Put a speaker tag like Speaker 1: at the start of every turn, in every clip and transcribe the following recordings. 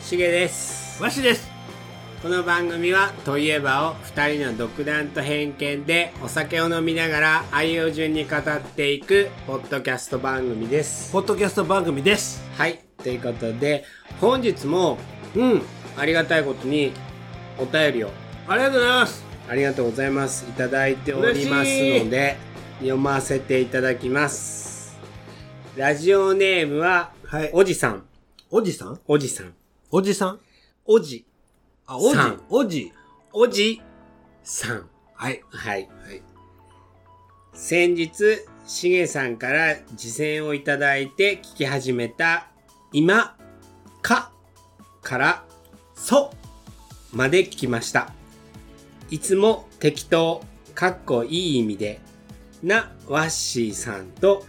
Speaker 1: しげです
Speaker 2: わしです
Speaker 1: この番組は「といえば」を2人の独断と偏見でお酒を飲みながら愛用順に語っていくポッドキャスト番組です
Speaker 2: ポッドキャスト番組です
Speaker 1: はいということで本日もうんありがたいことにお便りを
Speaker 2: ありがとうございます
Speaker 1: ありがとうございますいただいておりますので読ませていただきますラジオネームは、
Speaker 2: はい
Speaker 1: おじさん
Speaker 2: おじさん
Speaker 1: おじさん
Speaker 2: おじさん
Speaker 1: おじ
Speaker 2: あおじ
Speaker 1: さん
Speaker 2: おじ
Speaker 1: おじさん
Speaker 2: はい
Speaker 1: はい。先日、しげさんから実践をいただいて聞き始めた、今、か、から、そ、まで聞きました。いつも適当、かっこいい意味で、な、ワッシーさんと、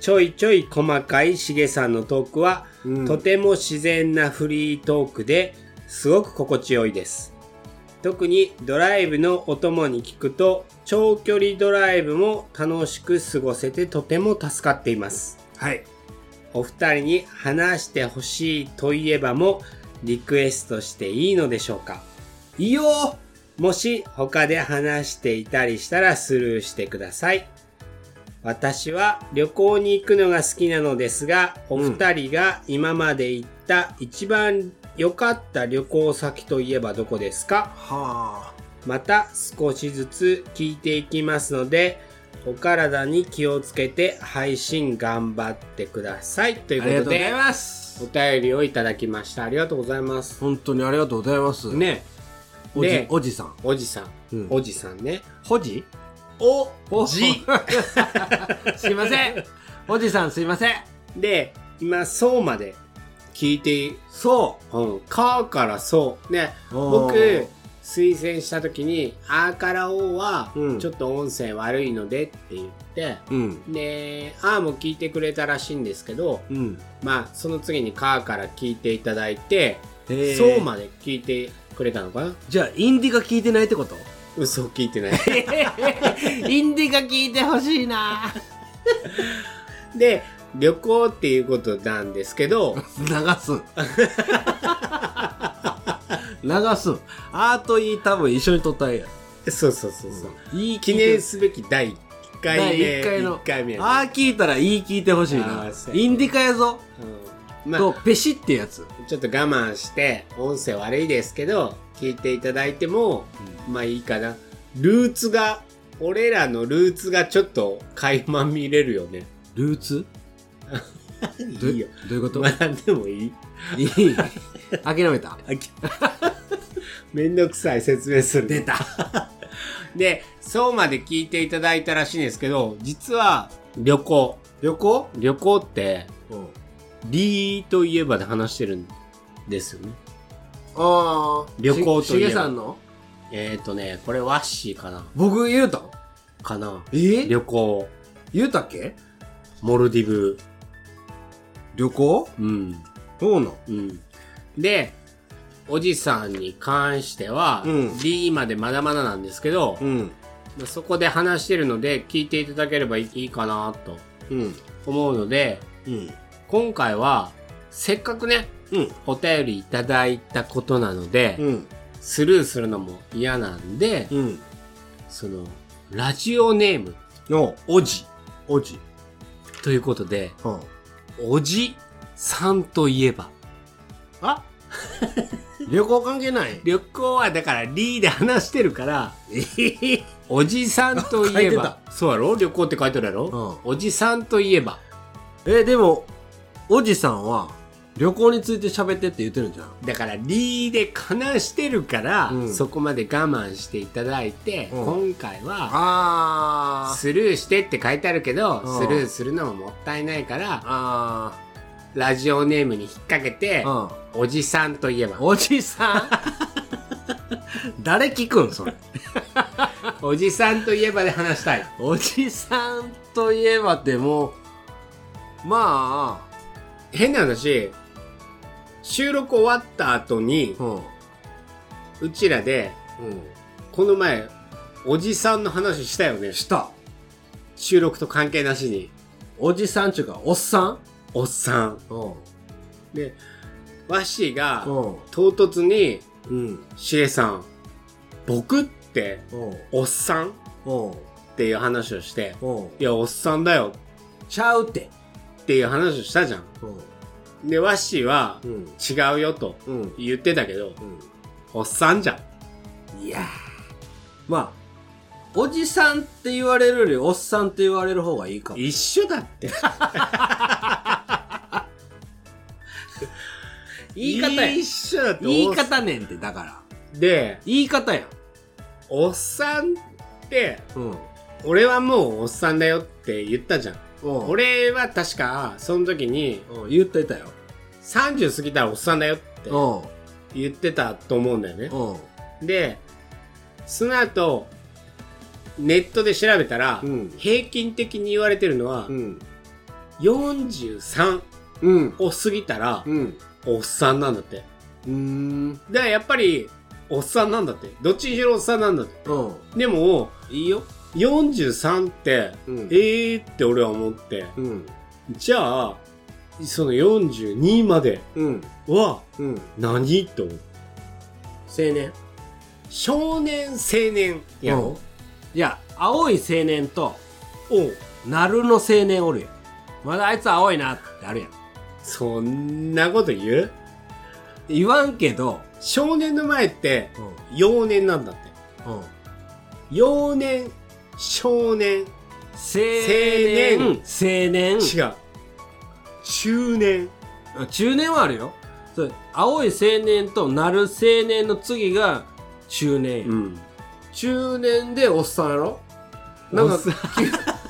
Speaker 1: ちょいちょい細かいしげさんのトークは、
Speaker 2: うん
Speaker 1: とても自然なフリートークですごく心地よいです。特にドライブのお供に聞くと長距離ドライブも楽しく過ごせてとても助かっています。
Speaker 2: はい
Speaker 1: お二人に話してほしいといえばもリクエストしていいのでしょうか
Speaker 2: いいよー
Speaker 1: もし他で話していたりしたらスルーしてください。私は旅行に行くのが好きなのですが、お二人が今まで行った一番良かった旅行先といえばどこですか
Speaker 2: はあ
Speaker 1: また少しずつ聞いていきますので、お体に気をつけて配信頑張ってください。と
Speaker 2: あ
Speaker 1: い
Speaker 2: りがと
Speaker 1: う
Speaker 2: う
Speaker 1: こ
Speaker 2: ご
Speaker 1: と
Speaker 2: ざい
Speaker 1: で、
Speaker 2: ます
Speaker 1: お便りをいただきました。ありがとうございます。
Speaker 2: 本当にありがとうございます
Speaker 1: ね、
Speaker 2: おじ
Speaker 1: で
Speaker 2: おじさん
Speaker 1: おじさん、
Speaker 2: うん
Speaker 1: おじさんね。
Speaker 2: ほじ
Speaker 1: お
Speaker 2: お
Speaker 1: じ
Speaker 2: すいませんおじさんすいません
Speaker 1: で、今、そうまで聞いて、
Speaker 2: そ
Speaker 1: うん、かからそう。ね、
Speaker 2: う
Speaker 1: 僕、推薦した時に、あーからおーは
Speaker 2: う、ん
Speaker 1: ちょっと音声悪いのでって言って、
Speaker 2: うん
Speaker 1: で、あーも聞いてくれたらしいんですけど、
Speaker 2: うん
Speaker 1: まあ、その次にかーから聞いていただいて、
Speaker 2: へ
Speaker 1: そ
Speaker 2: ー
Speaker 1: うソーまで聞いてくれたのかな
Speaker 2: じゃあインディが聞いてないってこと
Speaker 1: 嘘聞い てない。
Speaker 2: インディが聞いてほしいな
Speaker 1: で、旅行っていうことなんです けど、
Speaker 2: 流す流すアートいい多分一緒に撮ったんや
Speaker 1: そうそうそうそう。
Speaker 2: いい聞いて
Speaker 1: 記念すべき第1回目。
Speaker 2: 第一回の
Speaker 1: 一回目やね
Speaker 2: あー聞いたらいい聞いてほしいな
Speaker 1: あーそうやね
Speaker 2: インディカやぞ
Speaker 1: うんま
Speaker 2: と
Speaker 1: あ、
Speaker 2: ペシってやつ
Speaker 1: ちょっと我慢して、音声悪いですけど、聞いていただいても、まあいいかな。ルーツが、俺らのルーツがちょっと垣間見れるよね。
Speaker 2: ルーツど
Speaker 1: いいよ。
Speaker 2: どういうこと、
Speaker 1: まあでもいい。
Speaker 2: いい諦めた
Speaker 1: あきめんどくさい説明する。
Speaker 2: 出た
Speaker 1: で、そうまで聞いていただいたらしいんですけど、実は旅行。
Speaker 2: 旅行
Speaker 1: 旅行って、リーといえばで話してるんですよね。
Speaker 2: ああ
Speaker 1: 旅行といえ
Speaker 2: しげ
Speaker 1: ば
Speaker 2: さんの
Speaker 1: えっ、ー、とね、これワッシーかな
Speaker 2: 僕言うたん
Speaker 1: かな
Speaker 2: え
Speaker 1: 旅行、
Speaker 2: 言うたっけ
Speaker 1: モルディブ。
Speaker 2: 旅行
Speaker 1: うん。
Speaker 2: そうなん
Speaker 1: うん。で、おじさんに関しては、
Speaker 2: うん
Speaker 1: リーまでまだまだなんですけど、
Speaker 2: うん
Speaker 1: まあそこで話してるので、聞いていただければいいかなと
Speaker 2: うん
Speaker 1: 思うので、
Speaker 2: うん
Speaker 1: 今回は、せっかくね、
Speaker 2: うん
Speaker 1: お便りいただいたことなので、
Speaker 2: うん
Speaker 1: スルーするのも嫌なんで、
Speaker 2: うん
Speaker 1: その、ラジオネーム、
Speaker 2: の
Speaker 1: おじ
Speaker 2: おじ
Speaker 1: ということで、
Speaker 2: うん
Speaker 1: おじさんといえば、
Speaker 2: あ 旅行関係ない
Speaker 1: 旅行はだからリーで話してるから、おじさんといえ
Speaker 2: 書い
Speaker 1: ば、そうやろ旅行って書いてるやろ、おじさんといえば、
Speaker 2: え、でも、おじさんは旅行について喋ってって言ってるじゃん。
Speaker 1: だからリーで話してるから、
Speaker 2: うん
Speaker 1: そこまで我慢していただいて、
Speaker 2: うん
Speaker 1: 今回は、
Speaker 2: あ
Speaker 1: スルーしてって書いてあるけど、
Speaker 2: うん
Speaker 1: スルーするのももったいないから、
Speaker 2: あ
Speaker 1: ラジオネームに引っ掛けて、
Speaker 2: うん。
Speaker 1: おじさんといえば、
Speaker 2: おじさん誰聞くんそれ。
Speaker 1: おじさんといえばで話したい。
Speaker 2: おじさんといえばってもう、まあ、
Speaker 1: 変な話、収録終わった後に、
Speaker 2: うん。
Speaker 1: うちらで、
Speaker 2: う
Speaker 1: この前、おじさんの話したよね
Speaker 2: ん。。した。
Speaker 1: 収録と関係なしに。
Speaker 2: おじさんちゅうか、おっさん
Speaker 1: おっさん。
Speaker 2: うん。
Speaker 1: で、ワッシーが
Speaker 2: うん。
Speaker 1: 唐突に
Speaker 2: うん。
Speaker 1: 「シエさん僕って
Speaker 2: おう
Speaker 1: おっさん?」
Speaker 2: おう
Speaker 1: っていう話をして
Speaker 2: おう
Speaker 1: 「いやおっさんだよ
Speaker 2: ちゃうって。」
Speaker 1: っていう話をしたじゃん。
Speaker 2: うん。
Speaker 1: でワッシーは
Speaker 2: うん。
Speaker 1: 「違うよ」と
Speaker 2: うん。
Speaker 1: 言ってたけど
Speaker 2: う
Speaker 1: 「おっさんじゃん」
Speaker 2: ん。いやーまあ、おじさんって言われるより、おっさんって言われる方がいいかも。
Speaker 1: 一緒だって。
Speaker 2: 言い方や。
Speaker 1: 一緒だって。
Speaker 2: 言い方ねんって、だから。
Speaker 1: で、
Speaker 2: 言い方やん。
Speaker 1: おっさんって、
Speaker 2: うん。うん
Speaker 1: 俺はもうおっさんだよって言ったじゃん。俺は確か、その時に、
Speaker 2: うん、言ってたよ。
Speaker 1: 30過ぎたらおっさんだよって
Speaker 2: う
Speaker 1: 言ってたと思うんだよね。
Speaker 2: ん。うん。
Speaker 1: で、その後、ネットで調べたら、
Speaker 2: うん
Speaker 1: 平均的に言われてるのは、
Speaker 2: うん。
Speaker 1: 43
Speaker 2: うん。
Speaker 1: を過ぎたら、
Speaker 2: うん。
Speaker 1: おっさんなんだって。
Speaker 2: うん。
Speaker 1: だからやっぱり、おっさんなんだって。どっちにしろおっさんなんだって。
Speaker 2: うん。
Speaker 1: でも、
Speaker 2: いいよ。
Speaker 1: 43って、
Speaker 2: うん
Speaker 1: ええーって俺は思って。
Speaker 2: うん。
Speaker 1: じゃあ、その42まで
Speaker 2: うん。
Speaker 1: は
Speaker 2: うん。青
Speaker 1: 何と思う。
Speaker 2: 年。
Speaker 1: 少年、青年や
Speaker 2: うん
Speaker 1: ろ、
Speaker 2: いや、青い青年と、
Speaker 1: おう
Speaker 2: なるの青年おるやん。まだあいつ青いなってあるやん。
Speaker 1: そんなこと言う
Speaker 2: 言わんけど、
Speaker 1: 少年の前って、
Speaker 2: うん。うん。
Speaker 1: 幼年なんだって。
Speaker 2: 青
Speaker 1: 幼年、少年、
Speaker 2: 年、青年、
Speaker 1: 違う。中年。
Speaker 2: あ中年はあるよ。そう青い青年となる青年の次が中年やん。
Speaker 1: ん。
Speaker 2: 中年でおっさんやろなん
Speaker 1: おっ
Speaker 2: か
Speaker 1: さん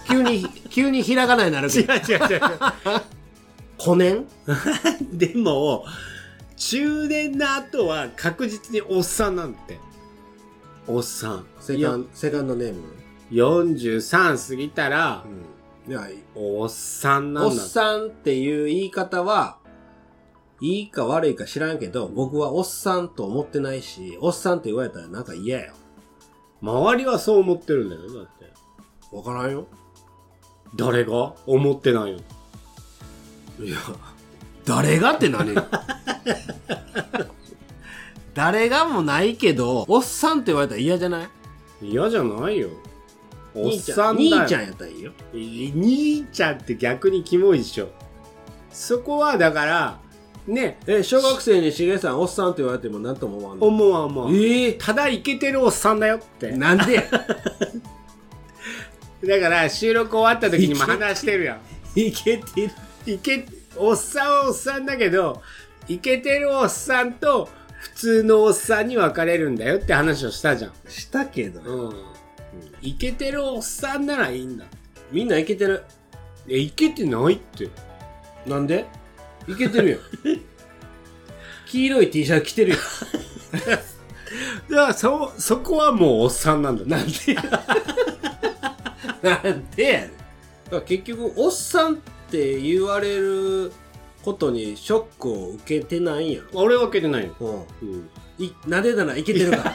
Speaker 2: 急 に急にひらがなになる
Speaker 1: 違う
Speaker 2: けど
Speaker 1: 違う違う。
Speaker 2: 古年
Speaker 1: でも、中年の後は確実におっさんなんだって。おっさん。
Speaker 2: セカンセカンドネーム、
Speaker 1: 43過ぎたら、
Speaker 2: いや
Speaker 1: おっさんな
Speaker 2: おっ
Speaker 1: んだって。
Speaker 2: さんっていう言い方はいいか悪いか知らんけど僕はおっさんと思ってないしおっさんって言われたらなんか嫌やよ
Speaker 1: 周りはそう思ってるんだよ、だって。
Speaker 2: わからんよ
Speaker 1: 誰が思ってないよ。
Speaker 2: いや誰がって何誰がもないけどおっさんって言われたら嫌じゃない
Speaker 1: 嫌じゃないよ。おっ
Speaker 2: 兄ちゃ
Speaker 1: さんだよ。
Speaker 2: 兄ちゃんやったらいいよ
Speaker 1: い兄ちゃんって逆にキモいでしょ。そこはだから、ね、
Speaker 2: え小学生にしげさんおっさんって言われても何とも思わんの
Speaker 1: 思うは思う。
Speaker 2: ええ
Speaker 1: ただイケてるおっさんだよって。
Speaker 2: なんでや
Speaker 1: だから収録終わった時にも話してるやん。
Speaker 2: いけてる
Speaker 1: いけ、おっさんはおっさんだけど、イケてるおっさんと普通のおっさんに分かれるんだよって話をしたじゃん。
Speaker 2: したけど、
Speaker 1: うん。イケてるおっさんならいいんだ。
Speaker 2: みんないけてる
Speaker 1: え、イケてないって。
Speaker 2: なんでいけてるよ黄色い T シャツ着てる よ
Speaker 1: だからそ、そこはもうおっさんなんだって。
Speaker 2: なんでやなんでやねんだから結局おっさんって言われることにショックを受けてないんやろ
Speaker 1: 俺はイケてないよ。
Speaker 2: うん
Speaker 1: うん。
Speaker 2: いなでならいけてるから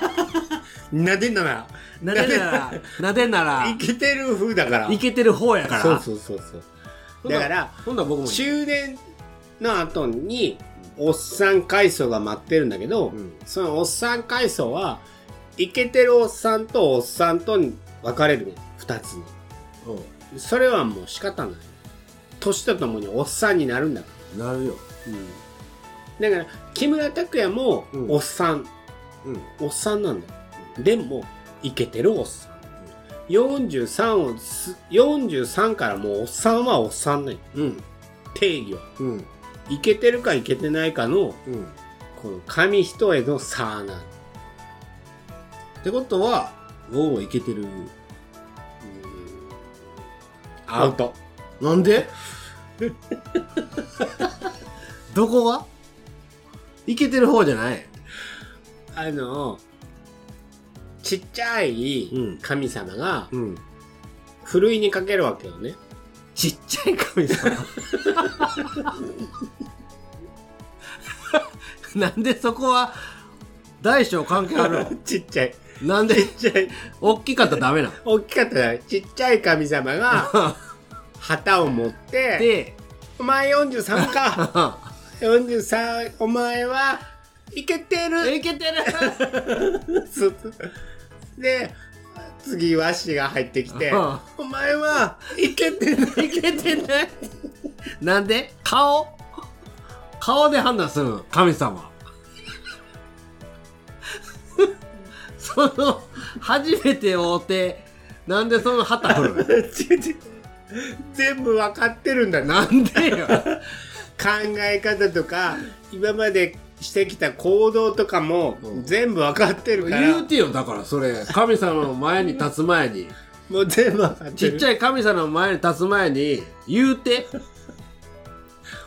Speaker 1: なでなら、
Speaker 2: なでならなでなら
Speaker 1: イケてる風だから。
Speaker 2: いけてる方やから
Speaker 1: そうそうそうそう。だから、
Speaker 2: 今度は僕もいい
Speaker 1: 終電の後に、おっさん階層が待ってるんだけど、
Speaker 2: うん
Speaker 1: そのおっさん階層は、イケてるおっさんとおっさんとに分かれるね。二つに。
Speaker 2: うん
Speaker 1: それはもう仕方ない。年とともにおっさんになるんだか
Speaker 2: なるよ。
Speaker 1: ら。だから、木村拓哉も
Speaker 2: う、ん
Speaker 1: おっさん、
Speaker 2: うん。
Speaker 1: おっさんなんだよ。でも、イケてるおっさん。43をす、43からもうおっさんはおっさんね。
Speaker 2: うん。
Speaker 1: 定義は。
Speaker 2: うん。
Speaker 1: イケてるかイケてないかの、
Speaker 2: うん。っ
Speaker 1: この紙一重の差なん
Speaker 2: てことは、僕もいけてる。
Speaker 1: アウト。
Speaker 2: なんで どこがいけてる方じゃない。
Speaker 1: あの、ちっちゃい
Speaker 2: うん
Speaker 1: 神様が、
Speaker 2: うん。
Speaker 1: ふるいにかけるわけよね。
Speaker 2: ちっちゃい神様。 なんでそこは、大小関係あるの
Speaker 1: ちっちゃい。
Speaker 2: なんで、
Speaker 1: ちっちゃい。
Speaker 2: 大きかったらダメな
Speaker 1: 大きかったら、ちっちゃい神様 が、
Speaker 2: の
Speaker 1: 旗を持って、
Speaker 2: で、
Speaker 1: お前43か。 43、お前は、いけてる
Speaker 2: いけてる
Speaker 1: つ で、次、和紙が入ってきて、
Speaker 2: うん
Speaker 1: お前は、いけてる
Speaker 2: いけてないなんで顔顔で判断するの神様 その初めて会うてなんでその旗振る
Speaker 1: 違う違う 全部わかってるんだ
Speaker 2: な
Speaker 1: な。
Speaker 2: んでよ
Speaker 1: 考え方とか、今までしてきた行動とかも
Speaker 2: うん、
Speaker 1: 全部わかってるから、
Speaker 2: 言うてよだからそれ神様の前に立つ前に
Speaker 1: もう全部わかってる。
Speaker 2: ちっちゃい神様の前に立つ前に言うて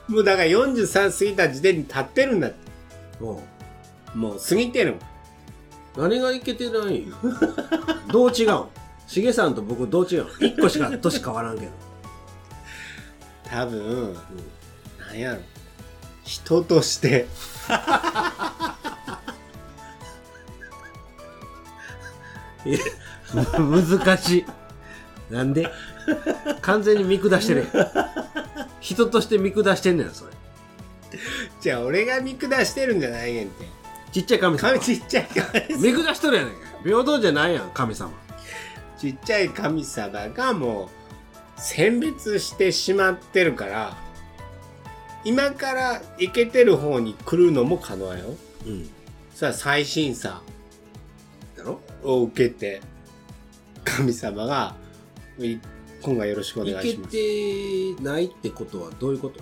Speaker 1: もうだから43過ぎた時点に立ってるんだって。もう過ぎてるもん。
Speaker 2: 何がいけてないんよどう違うんしげさんと僕どう違うん一個しか年変わらんけど
Speaker 1: 多分、なんやろ人として
Speaker 2: いやむ 難しいなんで完全に見下してるやん人として見下してんねんそれ
Speaker 1: じゃあ俺が見下してるんじゃないねんって
Speaker 2: ちっちゃい神様
Speaker 1: 神ちっちゃい神
Speaker 2: 見下しとるやねんか平等じゃないやん神様
Speaker 1: ちっちゃい神様がもう選別してしまってるから今からイケてる方に来るのも可能よ
Speaker 2: うん
Speaker 1: さあ再審査
Speaker 2: だろ
Speaker 1: を受けて神様がい今回よろしくお
Speaker 2: い
Speaker 1: 願い
Speaker 2: け
Speaker 1: します
Speaker 2: てないってことはどういうこと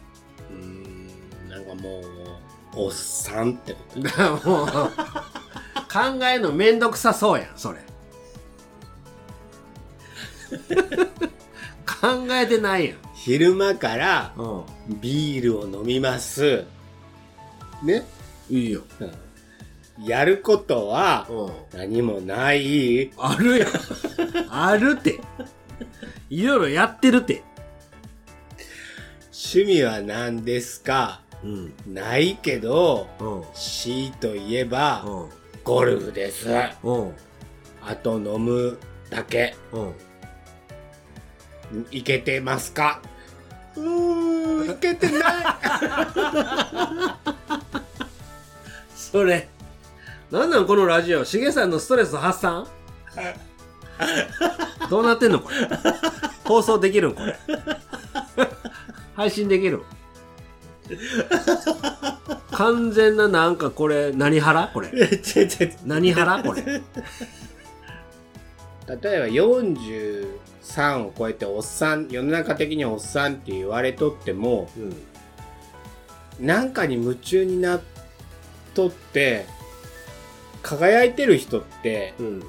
Speaker 1: うーんなんかもうおっさんってこと
Speaker 2: だからもう考えのめんどくさそうやん それ考えてないやん
Speaker 1: 昼間から
Speaker 2: うん
Speaker 1: ビールを飲みます。ね、
Speaker 2: いいよ
Speaker 1: やることは
Speaker 2: うん
Speaker 1: 何もない。
Speaker 2: あるやんあるっていろいろやってるって
Speaker 1: 趣味は何ですか
Speaker 2: うん
Speaker 1: ないけど、
Speaker 2: うん
Speaker 1: 強いといえば
Speaker 2: うん
Speaker 1: ゴルフです。
Speaker 2: うん
Speaker 1: あと飲むだけ。
Speaker 2: うん
Speaker 1: いけてますかうーん、いけてない。
Speaker 2: それなんなんこのラジオしげさんのストレス発 散どうなってんのこれ放送できるんこれ配信できる完全ななんかこれ何腹これ
Speaker 1: ちょちょ ちょ
Speaker 2: 何腹これ
Speaker 1: 例えば43を超えておっさん、世の中的におっさんって言われとっても、
Speaker 2: うん
Speaker 1: なんかに夢中になっとって、輝いてる人って、
Speaker 2: うんうん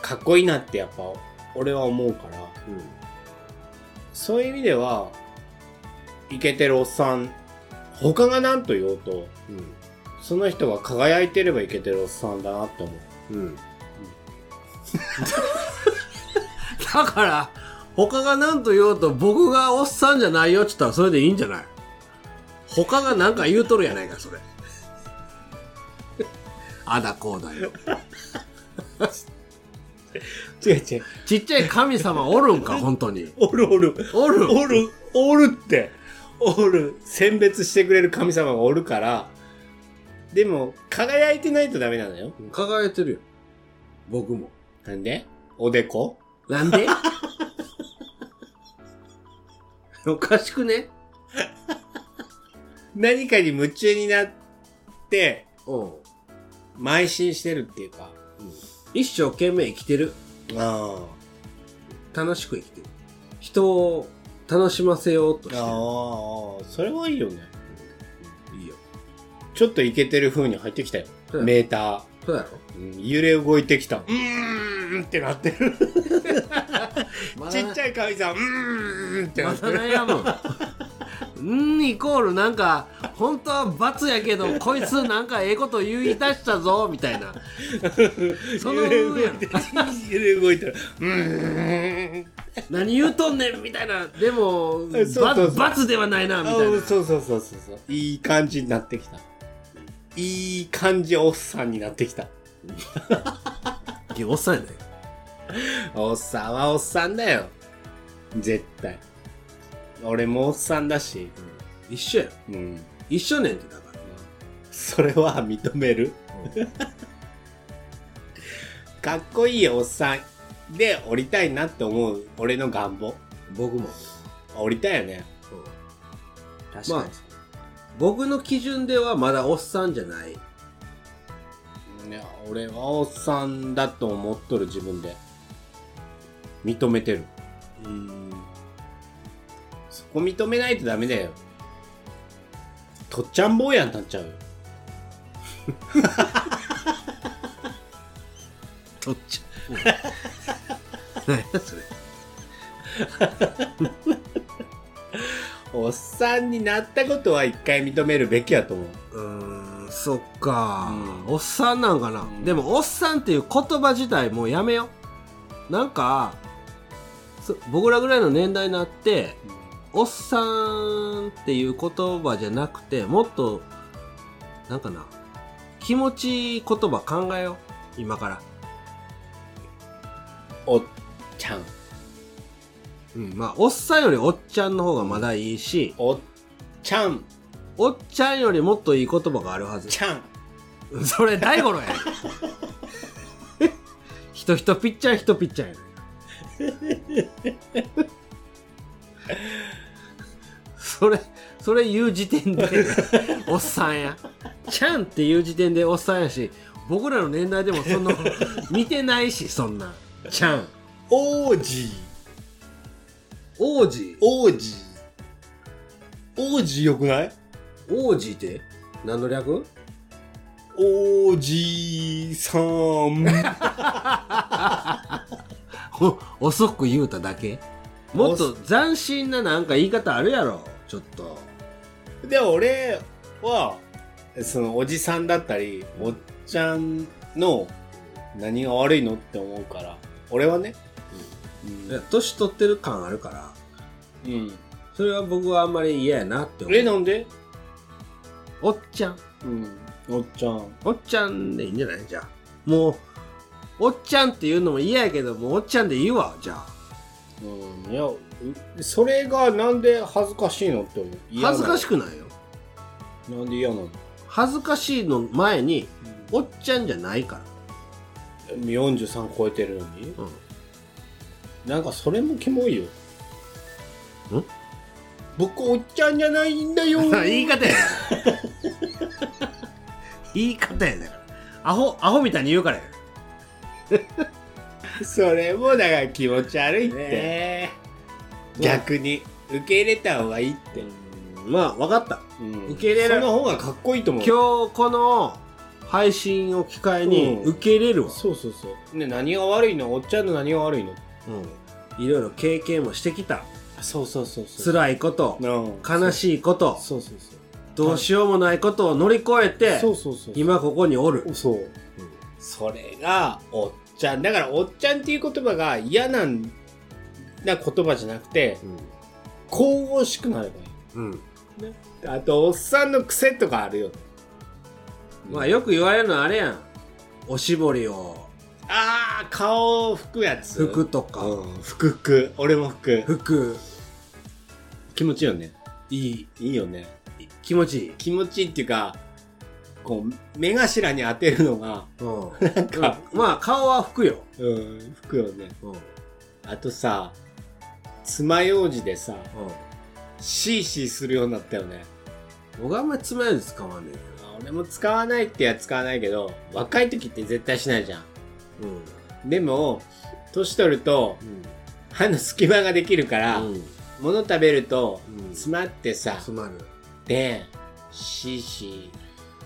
Speaker 1: かっこいいなってやっぱ、俺は思うから、そういう意味では、イケてるおっさん、他が何と言おうと、その人が輝いてればイケてるおっさんだなって思う。
Speaker 2: うんうん だから他が何と言おうと僕がおっさんじゃないよって言ったらそれでいいんじゃない他が何か言うとるやないかそれ あだこうだよ
Speaker 1: 違う違う。
Speaker 2: ちっちゃい神様おるんか本当に
Speaker 1: おるおる。
Speaker 2: おる
Speaker 1: おる、おるって。おる。選別してくれる神様がおるから、でも、輝いてないとダメなのよ。
Speaker 2: 輝いてるよ僕も
Speaker 1: なんでおでこ
Speaker 2: なんでおかしくね
Speaker 1: 何かに夢中になって、
Speaker 2: うん
Speaker 1: 邁進してるっていうか。
Speaker 2: 一生懸命生きてる
Speaker 1: あ
Speaker 2: 楽しく生きてる人を楽しませようとし
Speaker 1: あ
Speaker 2: てる
Speaker 1: ああ、それはいいよね。
Speaker 2: いいよ
Speaker 1: ちょっとイケてる風に入ってきたよ。
Speaker 2: そうだ
Speaker 1: メータ
Speaker 2: そうだろ
Speaker 1: ー。うん揺れ動いてきた。うーんってなってる。
Speaker 2: まだ
Speaker 1: ちっちゃい神様、うーんってな
Speaker 2: ま
Speaker 1: って
Speaker 2: だ
Speaker 1: る。
Speaker 2: 悩むうんイコールなんか本当は罰やけどこいつなんかええこと言い出したぞみた いなその
Speaker 1: 揺れ動いてる。揺れ動いてる。うーん。
Speaker 2: 何言うとんねんみたいなでも
Speaker 1: そうそうそう
Speaker 2: ば罰ではないなみたい
Speaker 1: あ
Speaker 2: な
Speaker 1: そうそうそうそうそう。いい感じになってきた。いい感じおっさんになってきた。
Speaker 2: いやおっさんやね
Speaker 1: おっさんはおっさんだよ。絶対。俺もおっさんだし。
Speaker 2: 一緒やん
Speaker 1: うん。
Speaker 2: 一緒ねんってだから、
Speaker 1: それは認める。かっこいいおっさんで降りたいなって思う俺の願望。
Speaker 2: 僕も、
Speaker 1: 降りたいよね。
Speaker 2: うん
Speaker 1: 確
Speaker 2: かに僕の基準ではまだおっさんじゃない
Speaker 1: いや、俺はおっさんだと思っとる自分で。認めてる。
Speaker 2: うん
Speaker 1: そこ認めないとダメだよ。とっちゃん坊やになっちゃうよ。
Speaker 2: とっちゃ 何やそれ
Speaker 1: おっさんになったことは一回認めるべきやと思う。
Speaker 2: うーんそっか、
Speaker 1: うん
Speaker 2: おっさんなんかな、
Speaker 1: ん
Speaker 2: でもおっさんっていう言葉自体もうやめようなんかそ僕らぐらいの年代になっておっさんっていう言葉じゃなくてもっとなんかな気持ちいい言葉考えよう今から
Speaker 1: おっちゃん。
Speaker 2: うんまあおっさんよりおっちゃんの方がまだいいし
Speaker 1: おっちゃん。
Speaker 2: おっちゃんよりもっといい言葉があるはず
Speaker 1: ちゃん。
Speaker 2: それ大五郎やんひとひとぴっちゃんひとぴっちゃんやねん それそれ言う時点でおっさんやちゃんっていう時点でおっさんやし僕らの年代でも その見てないしそんなちゃん
Speaker 1: 王子。
Speaker 2: 王子
Speaker 1: 王子。王子よくない
Speaker 2: 王子って何の略
Speaker 1: 王子さん。
Speaker 2: お遅く言うただけもっと斬新ななんか言い方あるやろちょっと
Speaker 1: で俺はそのおじさんだったりおっちゃんの何が悪いのって思うから俺はね
Speaker 2: いや年取ってる感あるから
Speaker 1: うん、うん
Speaker 2: それは僕はあんまり嫌やなって思
Speaker 1: えな
Speaker 2: うん
Speaker 1: で、
Speaker 2: おっちゃん
Speaker 1: うん、おっちゃん
Speaker 2: おっちゃんでいいんじゃないじゃあもうおっちゃんっていうのも嫌やけどもうおっちゃんでいいわじゃあ
Speaker 1: うんいやうそれがなんで恥ずかしいのって思う
Speaker 2: 恥ずかし
Speaker 1: く
Speaker 2: くないよ
Speaker 1: なんで嫌なの
Speaker 2: 恥ずかしいの前におっちゃんじゃないか
Speaker 1: 43超えてるのに
Speaker 2: ら、うん、
Speaker 1: なんかそれもキモいよん僕おっちゃんじゃないんだよ
Speaker 2: 言い方 や言い方やだからアホアホみたいに言うからや
Speaker 1: それもだから気持ち悪いって、
Speaker 2: ね
Speaker 1: 逆に受け入れた方がいいって、
Speaker 2: まあ分かった
Speaker 1: うん
Speaker 2: 受け入れる
Speaker 1: その方がかっこいいと思う
Speaker 2: 今日この配信を機会に
Speaker 1: うん
Speaker 2: 受け入れるわ、
Speaker 1: そうそうそうね何が悪いのおっちゃんの何が悪いの
Speaker 2: うん、いろいろ経験もしてきた
Speaker 1: そうそうそうそう
Speaker 2: 辛いこと
Speaker 1: うん
Speaker 2: 悲
Speaker 1: い
Speaker 2: しいこと
Speaker 1: そうそうそう
Speaker 2: どうしようもないことを乗り越えて
Speaker 1: そうそうそう
Speaker 2: 今ここにおる
Speaker 1: そう、それがおっちゃんだからおっちゃんっていう言葉が嫌なんな言葉じゃなくて神々しくなればいい
Speaker 2: うん、うん
Speaker 1: あとおっさんの癖とかあるよ
Speaker 2: まあよく言われるのはあれやんおしぼりを
Speaker 1: ああ顔を拭くやつ
Speaker 2: 服とか、
Speaker 1: うん服服俺も服
Speaker 2: 服
Speaker 1: 気持ちいいよね
Speaker 2: いい
Speaker 1: いいよね
Speaker 2: 気持ちいい、
Speaker 1: 気持ちいいっていうかこう目頭に当てるのが
Speaker 2: うん、
Speaker 1: なんか
Speaker 2: うんまあ顔は服よ、
Speaker 1: うん服よね
Speaker 2: うんうん、
Speaker 1: あとさ爪楊枝でさシーシーするようになったよね
Speaker 2: 僕あんまり爪楊枝使わんねんけ
Speaker 1: あ俺も使わないってや使わないけど若い時って絶対しないじゃ
Speaker 2: どうん
Speaker 1: んでも年取ると歯の隙間ができるから、
Speaker 2: うん
Speaker 1: 物食べると
Speaker 2: うん
Speaker 1: 詰まってさ、
Speaker 2: つまる
Speaker 1: でシーシ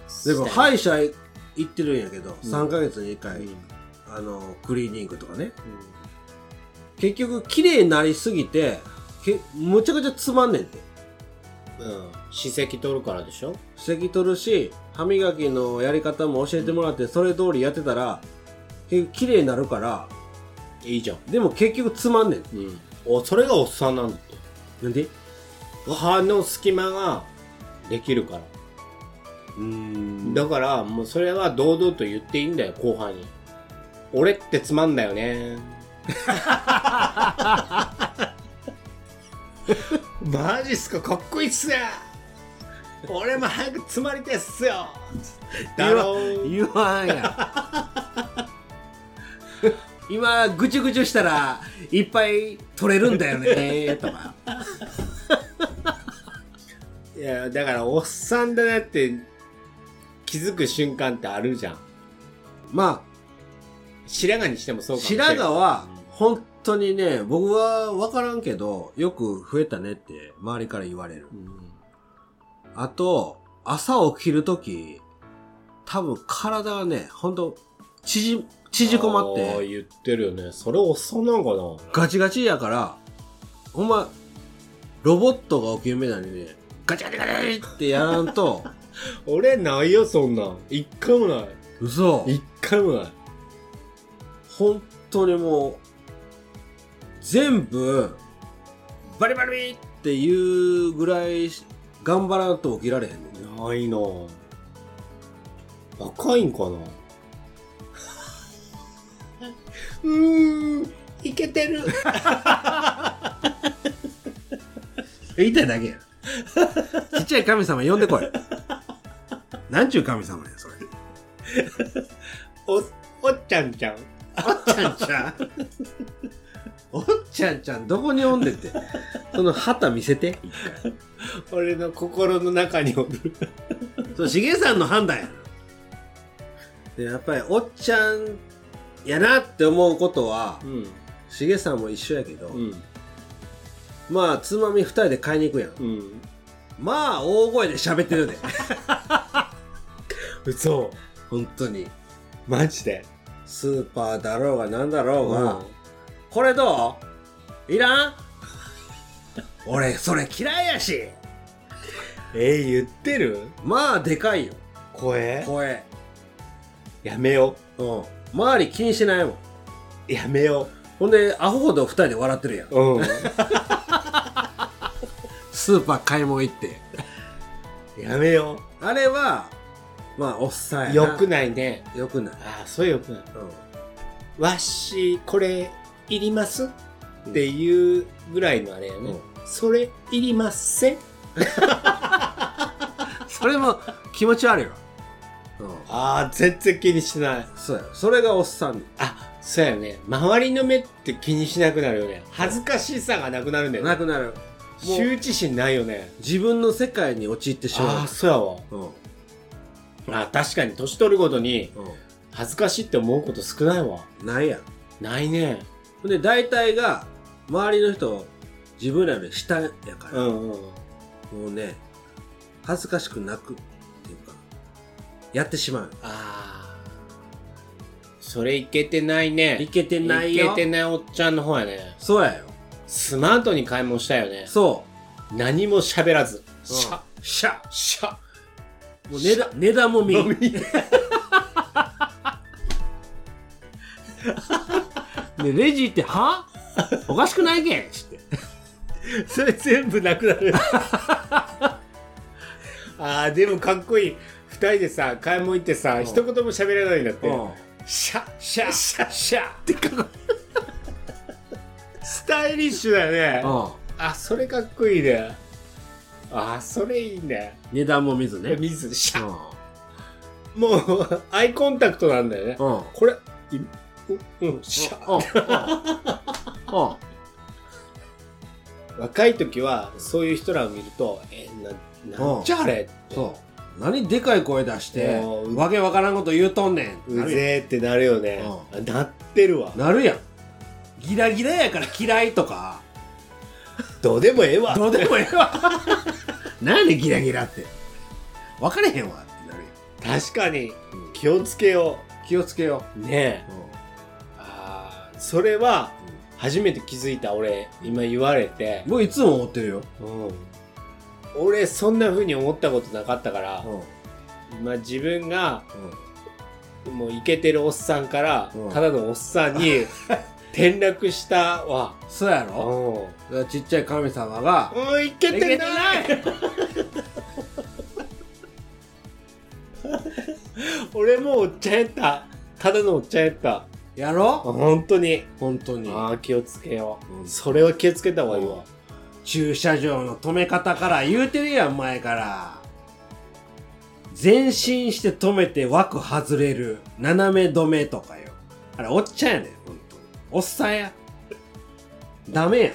Speaker 1: ー
Speaker 2: でも歯医者行ってるんやけど、
Speaker 1: うん
Speaker 2: 3ヶ月に1回、
Speaker 1: うんうん
Speaker 2: あのクリーニングとかね結局綺麗になりすぎてけむちゃくちゃつまんねんて
Speaker 1: うん歯石取るからでしょ
Speaker 2: 指摘取るし歯磨きのやり方も教えてもらってそれ通りやってたら結局綺麗になるから
Speaker 1: いいじゃん
Speaker 2: でも結局つまんねん
Speaker 1: うん、おそれがおっさんなんだって
Speaker 2: なんで
Speaker 1: 歯の隙間ができるから
Speaker 2: うん
Speaker 1: だからもうそれは堂々と言っていいんだよ後輩に俺ってつまんだよ ねマジっすかかっこいいっすね俺も早く詰まりてっすよだ
Speaker 2: 言わ
Speaker 1: ろう
Speaker 2: 言わんやん今ぐちゅぐちゅしたらいっぱい取れるんだよ ねとか
Speaker 1: いやだからおっさんだなって気づく瞬間ってあるじゃん
Speaker 2: ま
Speaker 1: 白髪にしてもそ
Speaker 2: あ
Speaker 1: うかもしれな
Speaker 2: 白
Speaker 1: い
Speaker 2: 髪は本当にね僕は分からんけどよく増えたねって周りから言われる
Speaker 1: うん
Speaker 2: あと朝起きるとき多分体がね本当縮縮こまっ
Speaker 1: あ
Speaker 2: て
Speaker 1: ー言ってるよねそれおっさんなんかな
Speaker 2: ガチガチやから、ほんま、ロボットが起きるみたいにね、ガチガチガチってやらん と、
Speaker 1: 俺ないよそんなん一回もな
Speaker 2: 嘘。
Speaker 1: い一回もない
Speaker 2: 本当にもう、全部、バリバリっていうぐらいし、頑張らんと起きられへんねん
Speaker 1: ないな若いんかなうーんいけてる
Speaker 2: 言いたいだけや。 ちっちゃい神様呼んで こい。なんちゅう神様ねん、それ。
Speaker 1: おおっちゃんちゃん
Speaker 2: おっちゃんちゃん。おっちゃんちゃん、どこにおんでって。その旗見せて。
Speaker 1: 俺の心の中におる
Speaker 2: そう、しげさんの判断やな。で、やっぱり、おっちゃんやなって思うことは
Speaker 1: う、ん
Speaker 2: しげさんも一緒やけど、
Speaker 1: うん
Speaker 2: まあ、つまみ二人で買いに行くやん。
Speaker 1: うん
Speaker 2: まあ、大声で喋ってるで。
Speaker 1: 嘘
Speaker 2: 本当に。
Speaker 1: マジで
Speaker 2: スーパーだろうがなんだろうが、
Speaker 1: うん
Speaker 2: これどういらん俺、それ嫌いやし。
Speaker 1: えー、言ってる
Speaker 2: まあ、でかいよ。
Speaker 1: 声
Speaker 2: 声。
Speaker 1: やめよ
Speaker 2: うん。周り気にしないもん。
Speaker 1: うやめよ
Speaker 2: ほんで、アホほど二人で笑ってるやん。
Speaker 1: ううん
Speaker 2: スーパー買い物行って。
Speaker 1: やめよ
Speaker 2: あれは、まあ、おっさん
Speaker 1: う
Speaker 2: やな。
Speaker 1: よくないね
Speaker 2: よくない。
Speaker 1: ああそれよくない
Speaker 2: うん。
Speaker 1: わっしーこれいりますっていうぐらいのあれやね、それいりません
Speaker 2: それも気持ち悪いわ。う
Speaker 1: ああ全然気にしない
Speaker 2: ん。そうや。それがおっさん。
Speaker 1: あそうやね周りの目って気にしなくなるよね恥ずかしさがなくなるんだよ
Speaker 2: な
Speaker 1: ね
Speaker 2: くなる。もう
Speaker 1: 羞恥心ないよね
Speaker 2: 自分の世界に陥ってし
Speaker 1: あ
Speaker 2: ま
Speaker 1: あそうやわ
Speaker 2: う。うん。うん。
Speaker 1: あー確かに年取るごとに恥ずかしいって思うこと少ないわ
Speaker 2: ないやん。
Speaker 1: ないね
Speaker 2: ほんで、大体が、周りの人、自分らより下やか
Speaker 1: う
Speaker 2: ら、
Speaker 1: んうん
Speaker 2: もうね、恥ずかしくなくっていうか、やってしまう。
Speaker 1: ああそれいけてないね
Speaker 2: いけてないよ。
Speaker 1: いけてないおっちゃんの方やね
Speaker 2: そうやよ。
Speaker 1: スマートに買い物したよね
Speaker 2: そ
Speaker 1: 何も喋らず、
Speaker 2: う。
Speaker 1: シャ
Speaker 2: うんシャ
Speaker 1: シャ
Speaker 2: もう値段、値段も見ん。で、レジ行って、 はおかしくないけんつって。
Speaker 1: それ全部なくな るあーでもかっこいい二人でさ買い物行ってさ、
Speaker 2: うん
Speaker 1: 一言も喋らないんだって、
Speaker 2: うん
Speaker 1: シャシャシャシャってかっこいいスタイリッシュだよね、あそれかっこいいねあそれいいね
Speaker 2: 値段も見ずね。
Speaker 1: 水シ
Speaker 2: うん
Speaker 1: ャ、もうアイコンタクトなんだよね、
Speaker 2: うん。うん。
Speaker 1: これいおうんシャ
Speaker 2: うん。うん
Speaker 1: 若い時はそういう人らを見ると「えななんじゃあれ?」
Speaker 2: そう。何でかい声出して
Speaker 1: う、ん
Speaker 2: わけわからんこと言うとんねん。
Speaker 1: うぜーってなるよね、なってるわ
Speaker 2: なるやん。ギラギラやから嫌いとか、
Speaker 1: どうでもええわ
Speaker 2: どうでもええ わ。何でギラギラって。分かれへんわってなる
Speaker 1: 確かに
Speaker 2: やん。
Speaker 1: 気をつけよ
Speaker 2: 気をつけよ
Speaker 1: うね
Speaker 2: う。
Speaker 1: えあーそれは初めて気づいた俺今言われて、
Speaker 2: 僕いつも思ってるよ。
Speaker 1: うん俺そんな風に思ったことなかったから、今自分がもうイケてるおっさんから、
Speaker 2: うん
Speaker 1: ただのおっさん に転落したわ
Speaker 2: そうや
Speaker 1: う
Speaker 2: ろ
Speaker 1: ん
Speaker 2: だからちっちゃい神様が、
Speaker 1: うんいけてない俺もうおっちゃんやったただのおっちゃんやった
Speaker 2: やろ
Speaker 1: 本当に
Speaker 2: 本当に。
Speaker 1: ああ気をつけよう、
Speaker 2: うん
Speaker 1: それは気をつけた方がいいわ
Speaker 2: 駐車場の止め方から言うてるやん、前から。前進して止めて枠外れる。斜め止めとかよ。あれ、おっちゃんやねん、ほんとに。おっさんや。ダメや。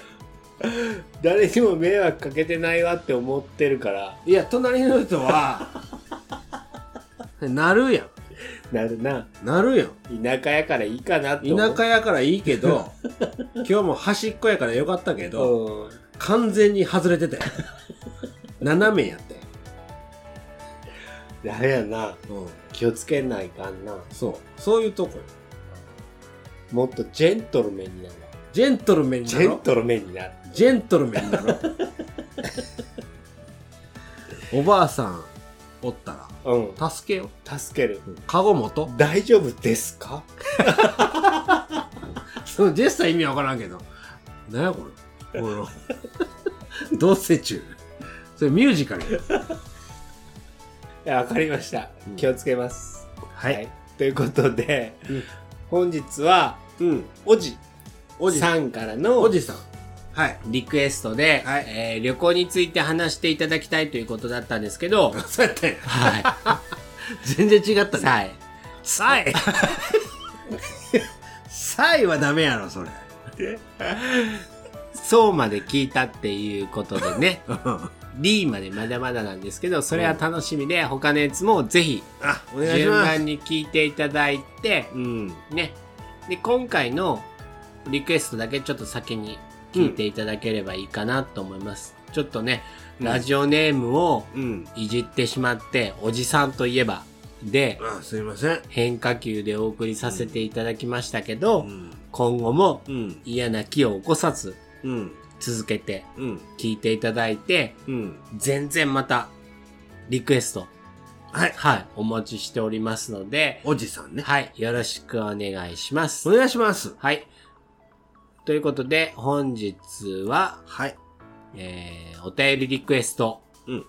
Speaker 1: 誰にも迷惑かけてないわって思ってるから
Speaker 2: いや、隣の人は、 なるや。
Speaker 1: なるなん
Speaker 2: なるやん。
Speaker 1: 田舎やからいいかなって思う
Speaker 2: 田舎やからいいけど、今日も端っこやからよかったけど、
Speaker 1: うん
Speaker 2: 完全に外れて たよ斜めやったよ、
Speaker 1: ダメやな
Speaker 2: うん、
Speaker 1: 気をつけないかんな
Speaker 2: そうそういうとこよ
Speaker 1: もっとジェントルメンになる
Speaker 2: ジェントルメンに
Speaker 1: ジ
Speaker 2: なろ
Speaker 1: ェントルメンになる
Speaker 2: ジェントルメンにな ろおばあさんおった
Speaker 1: うん
Speaker 2: ら助けよ
Speaker 1: 助ける
Speaker 2: う、うん、カゴ持と
Speaker 1: 大丈夫ですか
Speaker 2: そのジェスター意味わからんけどなんやこれこ のどうせ中それミュージカルや
Speaker 1: いやわかりました
Speaker 2: うん
Speaker 1: 気をつけます、
Speaker 2: はい、
Speaker 1: ということで、
Speaker 2: うん
Speaker 1: 本日は
Speaker 2: うん
Speaker 1: おじ
Speaker 2: おじさん
Speaker 1: さんからの
Speaker 2: おじさんはい
Speaker 1: リクエストで、
Speaker 2: はい
Speaker 1: えー旅行について話していただきたいということだったんです けど、
Speaker 2: そうやったんや
Speaker 1: はい。
Speaker 2: 全然違ったね
Speaker 1: はい。
Speaker 2: サ イサイはダメやろそれ
Speaker 1: そうまで聞いたっていうことでね、D までまだまだなんですけど、それは楽しみで、他のやつもぜひ、
Speaker 2: あお願いし
Speaker 1: 順
Speaker 2: ます
Speaker 1: 番に聞いていただいて、
Speaker 2: うん
Speaker 1: ね。で、今回のリクエストだけちょっと先に聞いていただければいいかなと思います。ちょっとね、
Speaker 2: うん
Speaker 1: ラジオネームを
Speaker 2: うん
Speaker 1: いじってしまって、おじさんといえば、で、
Speaker 2: あすいません
Speaker 1: 変化球でお送りさせていただきましたけど、
Speaker 2: ん
Speaker 1: 今後も
Speaker 2: うん
Speaker 1: 嫌な気を起こさず
Speaker 2: うん
Speaker 1: 続けて
Speaker 2: うん
Speaker 1: 聞いていただいて、
Speaker 2: うん
Speaker 1: 全然またリクエスト、
Speaker 2: はい
Speaker 1: はい、お持ちしておりますので、
Speaker 2: おじさんね
Speaker 1: はい、よろしくお願いします
Speaker 2: お。願いします
Speaker 1: はい。ということで、本日は、
Speaker 2: はい
Speaker 1: えー、お便りリクエスト、
Speaker 2: うん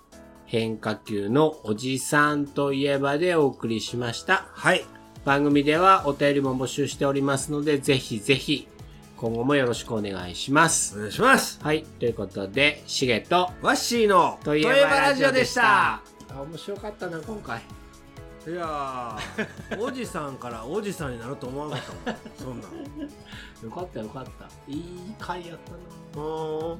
Speaker 1: 変化球のおじさんといえばでお送りしました。
Speaker 2: はい
Speaker 1: 番組ではお便りも募集しておりますので、ぜひぜひ、今後もよろしくお願いします
Speaker 2: お。願いします
Speaker 1: はい、ということで、しげと、
Speaker 2: ワッシーの
Speaker 1: といえばラジオでした。あ、面白かったな、今回。
Speaker 2: いやー おじさんからおじさんになると思わなかったもんそんなん
Speaker 1: よかったよかった。いい回やったな。
Speaker 2: うーん